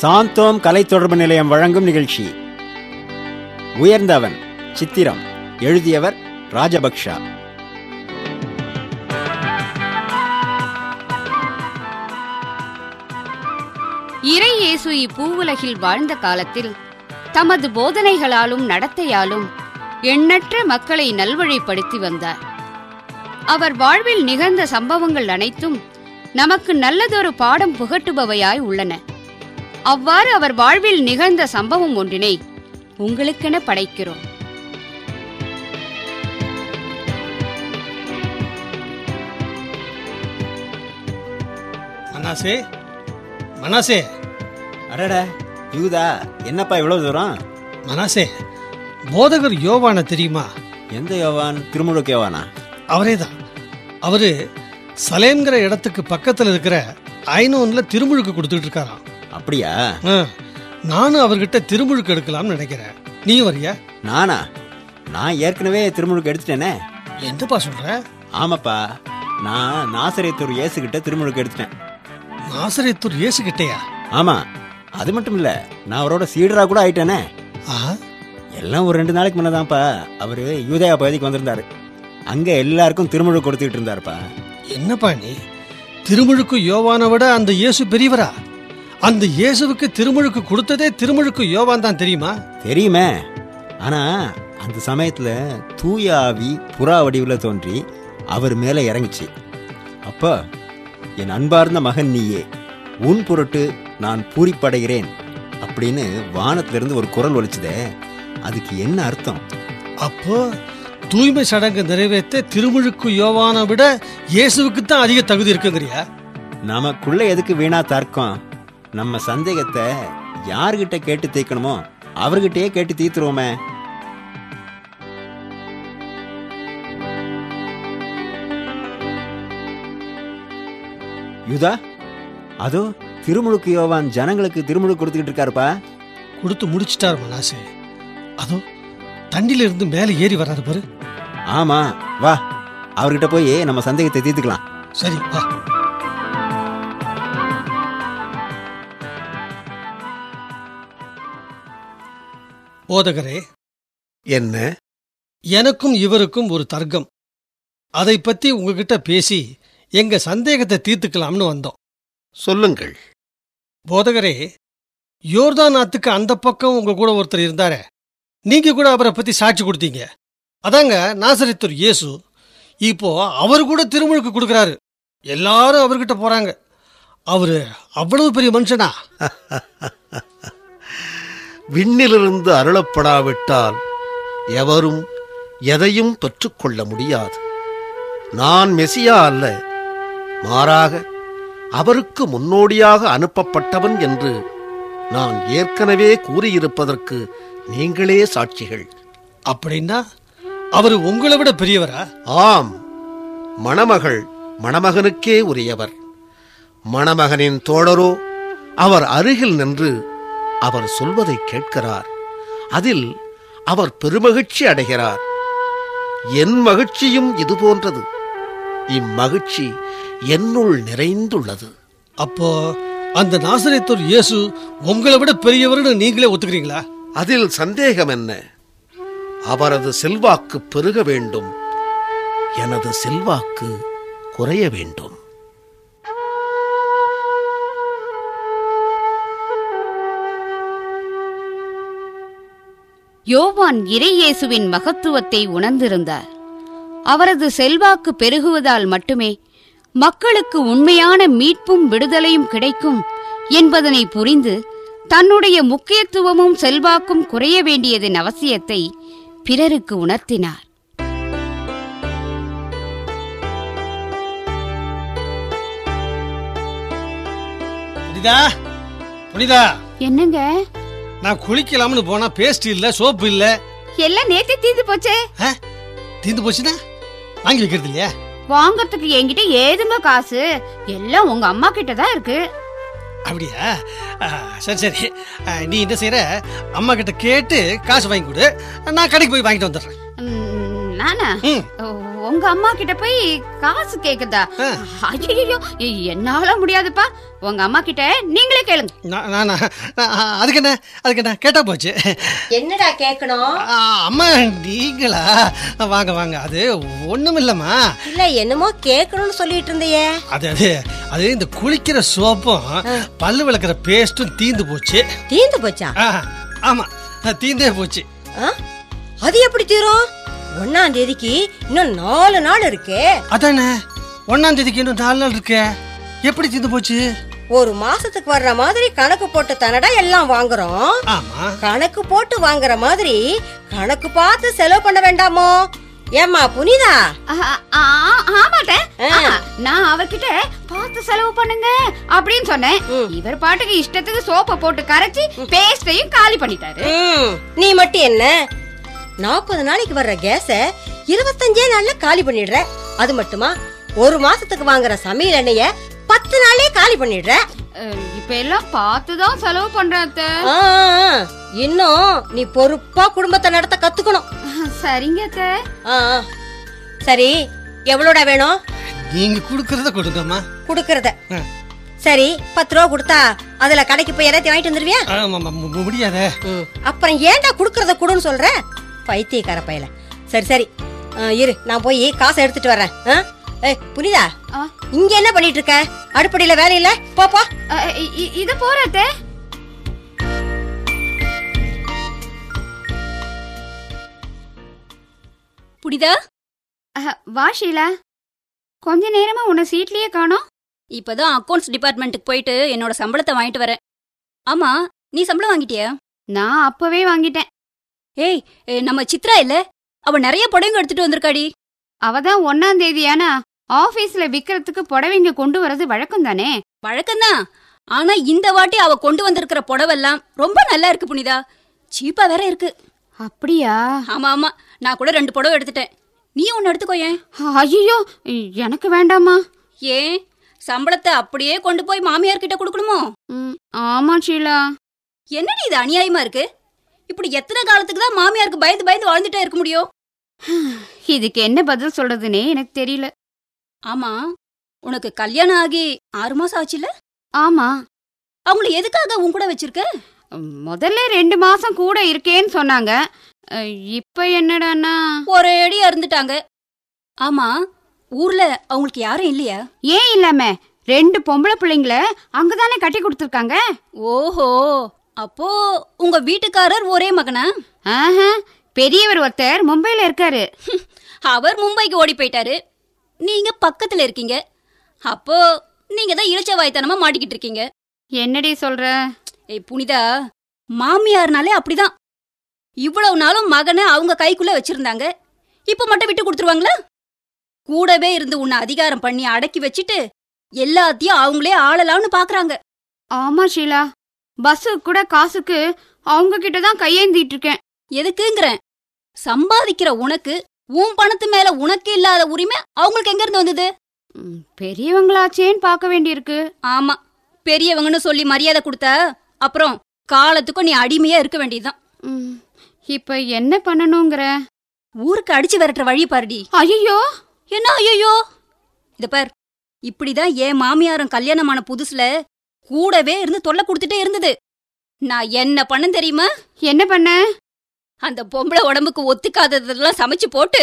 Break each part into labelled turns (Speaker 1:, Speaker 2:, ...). Speaker 1: சாந்தோம் கலை தொடர்பு நிலையம் வழங்கும் நிகழ்ச்சி உயர்ந்தவன் சித்திரம் எழுதியவர் ராஜபக்ஷா
Speaker 2: இறை இயேசு இப்பூவுலகில் வாழ்ந்த காலத்தில் தமது போதனைகளாலும் நடத்தையாலும் எண்ணற்ற மக்களை நல்வழிப்படுத்தி வந்தார் அவர் வாழ்வில் நிகழ்ந்த சம்பவங்கள் அனைத்தும் நமக்கு நல்லதொரு பாடம் புகட்டுபவையாய் உள்ளன அவ்வாறு அவர் வாழ்வில் நிகழ்ந்த சம்பவம் ஒன்றினை உங்களுக்கென படைக்கிறோம்
Speaker 3: மனாசே மனாசே
Speaker 1: அடட யூதா என்னப்பா இவ்வளவு தூரம்
Speaker 3: மனாசே போதகர் யோவான தெரியுமா
Speaker 1: எந்த யோவான் திருமுழுக்கு யோவானா
Speaker 3: அவரே தான் அவரு சலேம்ங்கிற இடத்துக்கு பக்கத்தில் இருக்கிற ஐநோன்ல திருமுழுக்கு கொடுத்துட்டு இருக்காராம்
Speaker 1: அப்படியா
Speaker 3: ஆ, நானும் அவர்கிட்ட திருமுழுக்கு எடுக்கலாம்னு நினைக்கிறேன் நீ வரியா
Speaker 1: நானா நான் ஏற்கனவே திருமுழுக்கு எடுத்துட்டேனே
Speaker 3: என்னப்பா சொல்ற
Speaker 1: ஆமாப்பா நான் நாசரியத்தூர் இயேசுகிட்ட திருமுழுக்கு எடுத்துட்டேன்
Speaker 3: நாசரியத்தூர் இயேசு கிட்டயா
Speaker 1: ஆமா அது மட்டும் இல்ல நான் அவரோட சீடரா கூட ஆயிட்டேனே
Speaker 3: ஆ
Speaker 1: எல்லாம் ஒரு ரெண்டு நாளைக்கு முன்னதான்ப்பா அவரு யூதயா பகுதிக்கு வந்திருந்தாரு அங்க எல்லாருக்கும் திருமுழு கொடுத்துக்கிட்டு இருந்தாருப்பா
Speaker 3: என்னப்பா நீ திருமுழுக்கு யோவானை விட அந்த இயேசு பெரியவரா அந்த இயேசுவுக்கு திருமுழுக்கு கொடுத்ததே திருமுழுக்கு யோவான் தான் தெரியுமா
Speaker 1: தெரியுமே ஆனா அந்த சமயத்துல தூய ஆவி புறா வடிவுல தோன்றி அவர் மேல இறங்குச்சு அப்போ என் அன்பார்ந்த மகன் நீயே உன் பொருட்டு நான் பூரிப்படைகிறேன் அப்படின்னு வானத்திலிருந்து ஒரு குரல் ஒலிச்சுதே அதுக்கு என்ன அர்த்தம்
Speaker 3: அப்போ தூய்மை சடங்கு நிறைவேற்ற திருமுழுக்கு யோவானை விட இயேசுவுக்கு தான் அதிக தகுதி இருக்குங்கிறியா
Speaker 1: நமக்குள்ள எதுக்கு வீணா தர்க்கம் நம்ம சந்தேகத்தை யார்கிட்ட கேட்டு தீர்க்கணுமோ அவர்கிட்டயே கேட்டு தீர்த்துருவோமே யுதா அதோ திருமுழுக்கு யோவான் ஜனங்களுக்கு திருமுழுக்கு கொடுத்துக்கிட்டு இருக்காருப்பா
Speaker 3: கொடுத்து முடிச்சிட்டார் மனாசே அதோ தண்ணியில இருந்து மேலே ஏறி வராரு பாரு
Speaker 1: ஆமா வா அவர்கிட்ட போய் நம்ம சந்தேகத்தை தீர்த்துக்கலாம்
Speaker 3: சரி வா போதகரே
Speaker 4: என்ன
Speaker 3: எனக்கும் இவருக்கும் ஒரு தர்க்கம் அதை பத்தி உங்ககிட்ட பேசி எங்க சந்தேகத்தை தீர்த்துக்கலாம்னு வந்தோம்
Speaker 4: சொல்லுங்கள்
Speaker 3: போதகரே யோர்தான் ஆத்துக்கு அந்த பக்கம் உங்க கூட ஒருத்தர் இருந்தாரே நீங்க கூட அவரை பத்தி சாட்சி கொடுத்தீங்க அதாங்க நாசரித்தூர் இயேசு இப்போ அவர் கூட திருமுழுக்கு கொடுக்குறாரு எல்லாரும் அவர்கிட்ட போறாங்க அவரு அவ்வளவு பெரிய மனுஷனா
Speaker 4: விண்ணிலிருந்து அருளப்படாவிட்டால் எவரும் எதையும் பெற்றுக்கொள்ள முடியாது நான் மெசியா அல்ல மாறாக அவருக்கு முன்னோடியாக அனுப்பப்பட்டவன் என்று நான் ஏற்கனவே கூறியிருப்பதற்கு நீங்களே சாட்சிகள்
Speaker 3: அப்படின்னா அவர் உங்களை விட பெரியவரா
Speaker 4: ஆம் மணமகள் மணமகனுக்கே உரியவர் மணமகனின் தோழரோ அவர் அருகில் நின்று அவர் சொல்வதை கேட்கிறார் அதில் அவர் பெருமகிழ்ச்சி அடைகிறார் என் மகிழ்ச்சியும் இது போன்றது இம்மகிழ்ச்சி என்னுள் நிறைந்துள்ளது
Speaker 3: அப்போ அந்த நாசரித்தூர் இயேசு உங்களை விட பெரியவர்னு நீங்களே ஒத்துக்கிறீங்களா
Speaker 4: அதில் சந்தேகம் என்ன அவரது செல்வாக்கு பெருக வேண்டும் எனது செல்வாக்கு குறைய வேண்டும்
Speaker 2: யோவான் இறை இயேசுவின் மகத்துவத்தை உணர்ந்திருந்தார் அவரது செல்வாக்கு பெருகுவதால் மட்டுமே மக்களுக்கு உண்மையான மீட்பும் விடுதலையும் கிடைக்கும் என்பதனை புரிந்து தன்னுடைய முக்கியத்துவமும் செல்வாக்கும் குறைய வேண்டியதன் அவசியத்தை பிறருக்கு உணர்த்தினார்
Speaker 3: புனிதா புனிதா
Speaker 2: என்னங்க
Speaker 3: நான் குளிக்கலாம்னு போனா பேஸ்ட் இல்ல சோப்பு இல்ல
Speaker 2: எல்லாம் நேத்து தீர்ந்து போச்சே
Speaker 3: ஆ? தீர்ந்து போச்சுன்னா வாங்கி வைக்கிறது இல்லையா
Speaker 2: வாங்கறதுக்கு என்கிட்ட ஏதுங்க காசு எல்லாம் உங்க அம்மா கிட்ட தான் இருக்கு
Speaker 3: அப்படியா ஆ, சரி சரி ஆ, நீ என்ன செய்யற அம்மா கிட்ட கேட்டு காசு வாங்கி கொடு நான் கடைக்கு போய் வாங்கிட்டு வந்துடுறேன்
Speaker 2: ம், நானா
Speaker 3: ம்.
Speaker 2: ஓ, உங்க அம்மா கிட்ட போய் காசு கேக்குதா
Speaker 3: ஆ.
Speaker 2: ஐயோ என்னால முடியாதுப்பா உங்க அம்மா கிட்ட நீங்களே கேளுங்க
Speaker 3: நான் நானா? நான் அதுக்கு என்ன அதுக்கு என்ன கேட்டால் போச்சு
Speaker 5: என்னடா கேட்கணும்
Speaker 3: ஆ, அம்மா நீங்களா வாங்க வாங்க அது ஒன்றும் இல்லைம்மா
Speaker 5: இல்ல என்னமோ கேட்கணும்னு சொல்லிட்டு இருந்தியே
Speaker 3: அது அது அது இந்த குளிக்கிற சோப்பும் பல்லு விளக்குற பேஸ்ட்டும் தீந்து போச்சு
Speaker 5: தீந்து போச்சா
Speaker 3: ஆ, ஆமா தீந்தே போச்சு
Speaker 5: ஆ? அது எப்படி தீரும் ஒன்னாம் தேதிக்கு இன்னும் நாலு நாள் இருக்கு
Speaker 3: அதானே ஒன்னாம் தேதிக்கு இன்னும் நாலு நாள் இருக்கே எப்படி தீந்து போச்சு
Speaker 5: ஒரு மாசத்துக்கு வர்ற மாதிரி கணக்கு போட்டு தானடா எல்லாம் வாங்குறோம்
Speaker 3: ஆமா
Speaker 5: கணக்கு போட்டு வாங்குற மாதிரி கணக்கு பார்த்து செலவு பண்ண வேண்டாமோ ஏம்மா புனிதா
Speaker 2: ஆ, ஆ, ஆமாட்ட
Speaker 5: ஆ.
Speaker 2: ஆ, நான் அவர்கிட்ட பார்த்து செலவு பண்ணுங்க அப்படின்னு சொன்னேன் இவர் பாட்டுக்கு இஷ்டத்துக்கு சோப்பை போட்டு கரைச்சி பேஸ்டையும் காலி பண்ணிட்டாரு
Speaker 5: ம், நீ மட்டும் என்ன நாற்பது நாளைக்கு வர்ற கேஸ இருபத்தஞ்சே நாள்ல காலி பண்ணிடுற அது மட்டுமா ஒரு மாசத்துக்கு வாங்குற சமையல் எண்ணெய பத்து நாளே காலி பண்ணிடுற
Speaker 2: அஹ், இப்ப எல்லாம் பார்த்துதான் செலவு பண்றாத்த
Speaker 5: ஆ, ஆ, ஆ. இன்னும் நீ பொறுப்பா குடும்பத்தை நடத்த கத்துக்கணும்
Speaker 2: சரிங்க அத்த
Speaker 5: ஆ, ஆ. சரி எவ்வளோடா வேணும்
Speaker 3: நீங்க கொடுக்கறத கொடுங்கம்மா
Speaker 5: குடுக்கறத
Speaker 3: ஆ.
Speaker 5: சரி பத்து ரூபா கொடுத்தா அதுல கடைக்கு போய் எல்லாத்தையும் வாங்கிட்டு வந்துருவியா
Speaker 3: ஆமாம்மா, மு- மு- முடியாதே
Speaker 5: ம். அப்புறம் ஏன்டா குடுக்கறத குடுன்னு சொல்ற பைத்தியக்கார பயல சரி சரி ஆ, இரு நான் போய் காசை எடுத்துட்டு வரேன் ஆ? ஏய் புனிதா
Speaker 2: ஆ.
Speaker 5: இங்க என்ன பண்ணிட்டு இருக்க அடுப்படியில வேலை இல்ல போ போ
Speaker 2: அஹ், இ- இ- இது போற அத்த
Speaker 6: புடிதா
Speaker 2: அஹ், வா ஷீலா கொஞ்ச நேரமா உன்னை சீட்லயே காணோம்
Speaker 6: இப்பதான் அக்கவுண்ட்ஸ் டிபார்ட்மெண்ட்டுக்கு போயிட்டு என்னோட சம்பளத்தை வாங்கிட்டு வரேன் ஆமா நீ சம்பளம் வாங்கிட்டியா
Speaker 2: நான் அப்பவே வாங்கிட்டேன்
Speaker 6: ஏய் ஏ, நம்ம சித்ரா இல்ல அவ நிறைய புடவைங்க எடுத்துட்டு வந்திருக்காடி
Speaker 2: அவதான் ஒன்னாம் தேதியானா ஆபீஸ்ல விக்கிறதுக்கு புடவைங்க கொண்டு வர்றது வழக்கம் தானே
Speaker 6: வழக்கம்தான் ஆனா இந்த வாட்டி அவ கொண்டு வந்திருக்கிற புடவெல்லாம் ரொம்ப நல்லா இருக்கு புனிதா சீப்பா வேற இருக்கு
Speaker 2: அப்படியா
Speaker 6: ஆமா ஆமா நான் கூட ரெண்டு புடவை எடுத்துட்டேன் நீ ஒன்னு எடுத்துக்கோயேன்
Speaker 2: ஐயோ எனக்கு வேண்டாமா
Speaker 6: ஏன் சம்பளத்தை அப்படியே கொண்டு போய் மாமியார் கிட்ட கொடுக்கணுமோ
Speaker 2: ம், ஆமா ஷீலா
Speaker 6: என்னடி இது அநியாயமா இருக்கு இப்படி எத்தனை காலத்துக்கு தான் மாமியாருக்கு பயந்து பயந்து வாழ்ந்துட்டே இருக்க முடியும்
Speaker 2: இதுக்கு என்ன பதில் சொல்றதுன்னே எனக்கு தெரியல
Speaker 6: ஆமா உனக்கு கல்யாணம் ஆகி ஆறு மாசம் ஆச்சுல்ல
Speaker 2: ஆமா
Speaker 6: அவங்கள எதுக்காக உன் கூட வச்சிருக்க
Speaker 2: ம், முதல்ல ரெண்டு மாசம் கூட இருக்கேன்னு சொன்னாங்க அஹ், இப்ப என்னடான்னா
Speaker 6: ஒரே அடியா இருந்துட்டாங்க ஆமா ஊர்ல அவங்களுக்கு யாரும் இல்லையா
Speaker 2: ஏன் இல்லாம ரெண்டு பொம்பளை பிள்ளைங்கள அங்கதானே கட்டி கொடுத்துருக்காங்க
Speaker 6: ஓஹோ அப்போ உங்க வீட்டுக்காரர் ஒரே மகனா
Speaker 2: ஆஹா பெரியவர் ஒருத்தர் மும்பையில இருக்காரு
Speaker 6: அவர் மும்பைக்கு ஓடி போயிட்டாரு நீங்க பக்கத்துல இருக்கீங்க அப்போ நீங்க தான் இளச்ச வாய்த்தனமா மாட்டிக்கிட்டு இருக்கீங்க
Speaker 2: என்னடி சொல்ற
Speaker 6: ஏய் புனிதா மாமியார்னாலே அப்படிதான் இவ்வளவு நாளும் மகனை அவங்க கைக்குள்ள வச்சிருந்தாங்க இப்போ மட்டும் விட்டு கொடுத்துருவாங்களா கூடவே இருந்து உன்னை அதிகாரம் பண்ணி அடக்கி வச்சுட்டு எல்லாத்தையும் அவங்களே ஆளலாம்னு பாக்குறாங்க
Speaker 2: ஆமா ஷீலா பஸ்ஸுக்கு கூட காசுக்கு அவங்க கிட்ட தான் கையேந்திட்டு இருக்கேன்
Speaker 6: எதுக்குங்கிறேன் சம்பாதிக்கிற உனக்கு உன் பணத்து மேல உனக்கு இல்லாத உரிமை அவங்களுக்கு எங்க இருந்து வந்தது
Speaker 2: ம், பெரியவங்களாச்சேன்னு பார்க்க வேண்டியிருக்கு
Speaker 6: ஆமா பெரியவங்கன்னு சொல்லி மரியாதை கொடுத்தா அப்புறம் காலத்துக்கும் நீ அடிமையா இருக்க வேண்டியதுதான்
Speaker 2: ம், இப்ப என்ன பண்ணணுங்கிற
Speaker 6: ஊருக்கு அடிச்சு விரட்டுற வழி பாருடி
Speaker 2: ஐயோ
Speaker 6: என்ன ஐயோ இத பார் இப்படிதான் என் மாமியாரும் கல்யாணமான புதுசுல கூடவே இருந்து தொல்லை கொடுத்துட்டே இருந்தது நான் என்ன பண்ணேன் தெரியுமா
Speaker 2: என்ன பண்ண
Speaker 6: அந்த பொம்பளை உடம்புக்கு ஒத்துக்காததெல்லாம் சமைச்சு போட்டு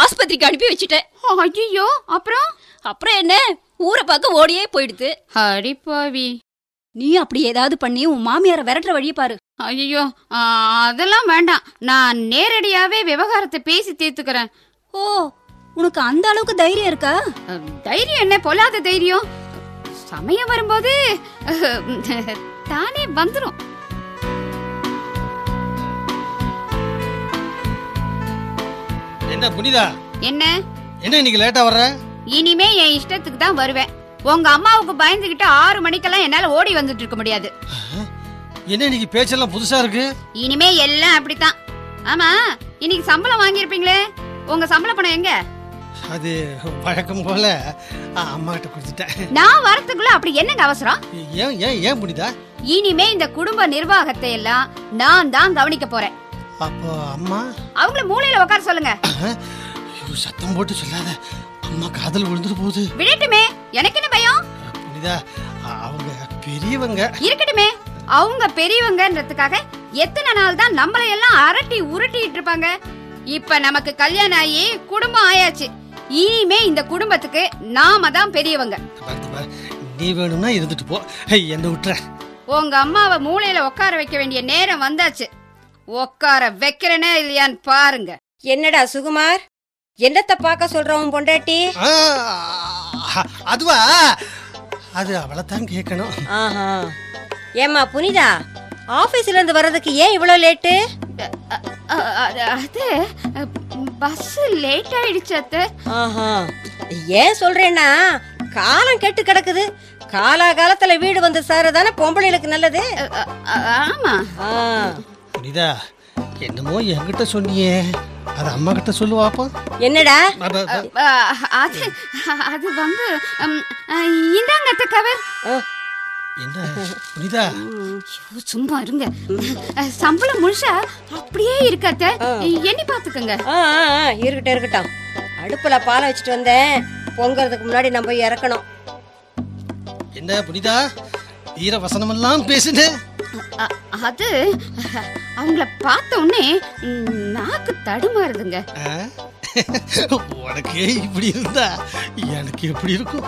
Speaker 6: ஆஸ்பத்திரிக்கு அனுப்பி வச்சுட்டேன்
Speaker 2: ஐயோ அப்புறம்
Speaker 6: அப்புறம் என்ன ஊரை பார்க்க ஓடியே போயிடுது
Speaker 2: ஹரிப்பாவி
Speaker 6: நீ அப்படி ஏதாவது பண்ணி உன் மாமியாரை விரட்டுற வழியை பாரு
Speaker 2: ஐயோ அதெல்லாம் வேண்டாம் நான் நேரடியாவே விவகாரத்தை பேசி தீர்த்துக்கிறேன்
Speaker 6: ஓ உனக்கு அந்த அளவுக்கு தைரியம் இருக்கா
Speaker 2: அஹ், தைரியம் என்ன பொல்லாத தைரியம் சமயம் வரும்போது தானே வந்துரும்
Speaker 3: என்ன புனிதா
Speaker 2: என்ன
Speaker 3: என்ன இன்னைக்கு லேட்டா வர்ற
Speaker 2: இனிமே என் இஷ்டத்துக்கு தான் வருவேன் உங்க அம்மாவுக்கு பயந்துகிட்டு ஆறு மணிக்கெல்லாம் என்னால ஓடி வந்துட்டு இருக்க முடியாது
Speaker 3: என்ன இன்னைக்கு பேச்செல்லாம் புதுசா இருக்கு
Speaker 2: இனிமே எல்லாம் அப்படித்தான் ஆமா இன்னைக்கு சம்பளம் வாங்கியிருப்பீங்களே உங்க சம்பள பணம் எங்க
Speaker 3: அது வழக்கம் போல ஆ, அம்மாட்ட கொடுத்துட்டேன்
Speaker 2: நான் வரத்துக்குள்ள அப்படி என்னங்க அவசரம்
Speaker 3: ஏன் ஏன் ஏன் புனிதா
Speaker 2: இனிமே இந்த குடும்ப நிர்வாகத்தை எல்லாம் நான் தான் கவனிக்க போறேன்
Speaker 3: அப்போ அம்மா
Speaker 2: அவங்கள மூலையில உட்கார சொல்லுங்க
Speaker 3: ஐயோ, ஐயோ சத்தம் போட்டு சொல்லாத அம்மா காதல் விழுந்துட்டு போகுது
Speaker 2: விடட்டுமே எனக்கு என்ன பயம்
Speaker 3: புனிதா அ- அவங்க பெரியவங்க
Speaker 2: இருக்கட்டுமே அவங்க பெரியவங்கன்றதுக்காக எத்தனை நாள் தான் நம்மளை எல்லாம் அரட்டி உருட்டிட்டு இருப்பாங்க இப்ப நமக்கு கல்யாணம் ஆகி குடும்பம் ஆயாச்சு இனிமே இந்த குடும்பத்துக்கு நாம தான் பெரியவங்க
Speaker 3: பாரு, இந்த பாரு, நீ வேணும்னா இருந்துட்டு போ ஏய், என்னை விட்டுற
Speaker 2: உங்க அம்மாவை மூளையில உட்கார வைக்க வேண்டிய நேரம் வந்தாச்சு உட்கார வைக்கிறேனா இல்லையான்னு பாருங்க
Speaker 5: என்னடா சுகுமார் என்னத்த பார்க்க சொல்றவன் பொண்டாட்டி
Speaker 3: ஆ, அதுவா அது அவளைத்தான் கேட்கணும்
Speaker 5: ஆஹா ஏம்மா புனிதா ஆபீஸ்ல இருந்து வர்றதுக்கு ஏன் இவ்வளோ லேட்டு
Speaker 2: அ- அ- அது பஸ் லேட் ஆயிடுச்சு அத்தை
Speaker 5: ஆஹா ஏன் சொல்றேன்னா காலம் கெட்டு கிடக்குது காலாகாலத்துல வீடு வந்து சேர்றதானே பொம்பளைகளுக்கு நல்லது
Speaker 2: அ- அ- ஆமா
Speaker 5: ஆ,
Speaker 3: புனிதா என்னமோ என்கிட்ட சொன்னியே அது அம்மா கிட்ட சொல்லுவாப்பா
Speaker 5: என்னடா
Speaker 3: அப்ப- அப்ப-
Speaker 2: அ, அது அது வந்து ம், அ, இந்தாங்க அத்தை கவர்
Speaker 3: என்ன புனிதா
Speaker 2: ஐயோ, சும்மா இருங்க அஹ், சம்பளம் முழுசா அப்படியே இருக்காத்த எண்ணி பாத்துக்கங்க
Speaker 5: ஆ, ஆ, ஆ, இருக்கட்டும் இருக்கட்டும் அடுப்புல பாலை வச்சுட்டு வந்தேன் பொங்கறதுக்கு முன்னாடி நம்ம போய் இறக்கணும்
Speaker 3: என்ன புனிதா வீர வசனமெல்லாம் பேசுனே
Speaker 2: அ- அது அஹ், அவங்கள பார்த்த உடனே ம், நாக்கு தடுமாறுதுங்க
Speaker 3: ஆ? உனக்கே இப்படி இருந்தா எனக்கு எப்படி இருக்கும்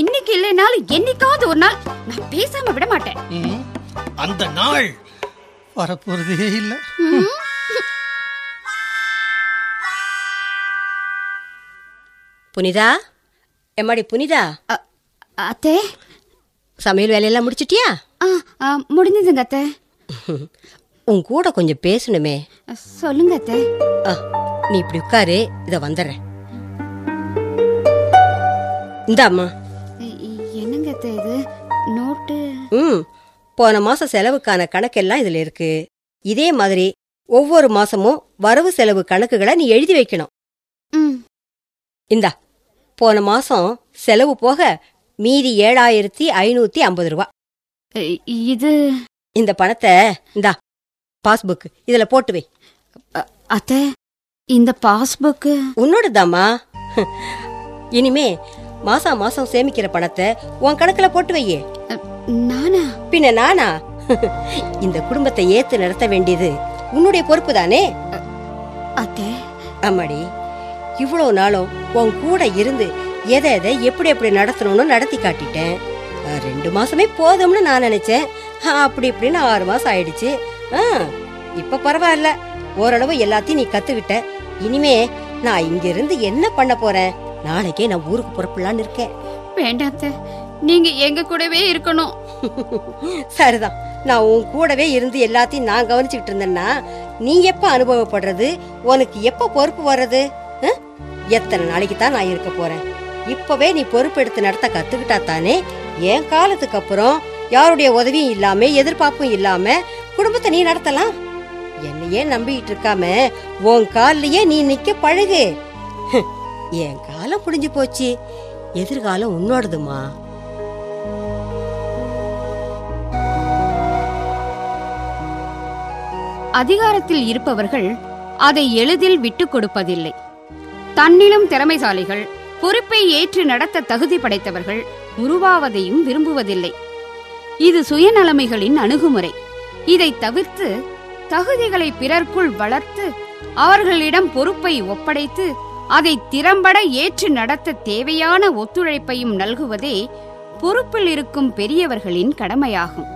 Speaker 2: இன்னைக்கு இல்லைனாலும் என்னைக்காவது ஒரு நாள் நான் பேசாம விட மாட்டேன்
Speaker 3: ம்? அந்த நாள் வரப்போறதே இல்லை
Speaker 5: புனிதா எம்மாடி புனிதா
Speaker 2: அ- அத்தே
Speaker 5: சமையல் வேலையெல்லாம் முடிச்சிட்டியா
Speaker 2: ஆ, ஆ, முடிஞ்சதுங்க அத்தை
Speaker 5: உன் கூட கொஞ்சம் பேசணுமே
Speaker 2: சொல்லுங்க அத்தை
Speaker 5: ஆ, நீ இப்படி உட்காரு இத வந்துடுறேன் இந்தாம்மா
Speaker 2: இ- இ- என்னங்க அத்தை இது நோட்டு
Speaker 5: ம் போன மாசம் செலவுக்கான கணக்கெல்லாம் இதுல இருக்கு இதே மாதிரி ஒவ்வொரு மாசமும் வரவு செலவு கணக்குகளை நீ எழுதி வைக்கணும்
Speaker 2: ம்
Speaker 5: இந்தா போன மாசம் செலவு போக மீதி ஏழாயிரத்தி ஐநூத்தி ஐம்பது ரூபா
Speaker 2: இ- இது
Speaker 5: இந்த பணத்தை இந்தா பாஸ்புக் இதுல போட்டு வை
Speaker 2: அ- அத்தை இந்த பாஸ்புக்கு
Speaker 5: உன்னோடதாம்மா இனிமே மாசா மாசம் சேமிக்கிற பணத்தை உன் கணக்குல போட்டு வையே
Speaker 2: நானா
Speaker 5: பின்ன நானா இந்த குடும்பத்தை ஏத்து நடத்த வேண்டியது உன்னுடைய பொறுப்பு தானே
Speaker 2: அத்தை
Speaker 5: அம்மாடி இவ்வளோ நாளும் உன் கூட இருந்து எதை எதை எப்படி எப்படி நடத்தணும்னு நடத்தி காட்டிட்டேன் நான் ரெண்டு மாசமே போதும்னு நான் நினைச்சேன் ஆ, அப்படி இப்படின்னு ஆறு மாசம் ஆயிடுச்சு ஆ, இப்ப பரவாயில்ல ஓரளவு எல்லாத்தையும் நீ கத்துக்கிட்ட இனிமே நான் இங்கிருந்து என்ன பண்ண போறேன் நாளைக்கே நான் ஊருக்கு புறப்படலான்னு இருக்கேன்
Speaker 2: வேண்டாம் அத்தை நீங்க எங்க கூடவே இருக்கணும்
Speaker 5: சரிதான் நான் உன் கூடவே இருந்து எல்லாத்தையும் நான் கவனிச்சுக்கிட்டு இருந்தேன்னா நீ எப்ப அனுபவப்படுறது உனக்கு எப்ப பொறுப்பு வர்றது ஆ? எத்தனை நாளைக்கு தான் நான் இருக்க போறேன் இப்பவே நீ பொறுப்பெடுத்து நடத்த கத்துக்கிட்டா தானே என் காலத்துக்கு அப்புறம் யாருடைய உதவியும் இல்லாம எதிர்பார்ப்பும் இல்லாம குடும்பத்தை நீ நடத்தலாம் என்னையே நம்பிக்கிட்டு இருக்காம உன் கால்லயே நீ நிக்க பழகு ஹம், என் காலம் முடிஞ்சு போச்சு எதிர்காலம் உன்னோடதுமா
Speaker 2: அதிகாரத்தில் இருப்பவர்கள் அதை எளிதில் விட்டுக் கொடுப்பதில்லை தன்னிலும் திறமைசாலிகள் பொறுப்பை ஏற்று நடத்த தகுதி படைத்தவர்கள் உருவாவதையும் விரும்புவதில்லை இது சுயநலமைகளின் அணுகுமுறை இதை தவிர்த்து தகுதிகளை பிறர்க்குள் வளர்த்து அவர்களிடம் பொறுப்பை ஒப்படைத்து அதை திறம்பட ஏற்று நடத்த தேவையான ஒத்துழைப்பையும் நல்குவதே பொறுப்பில் இருக்கும் பெரியவர்களின் கடமையாகும்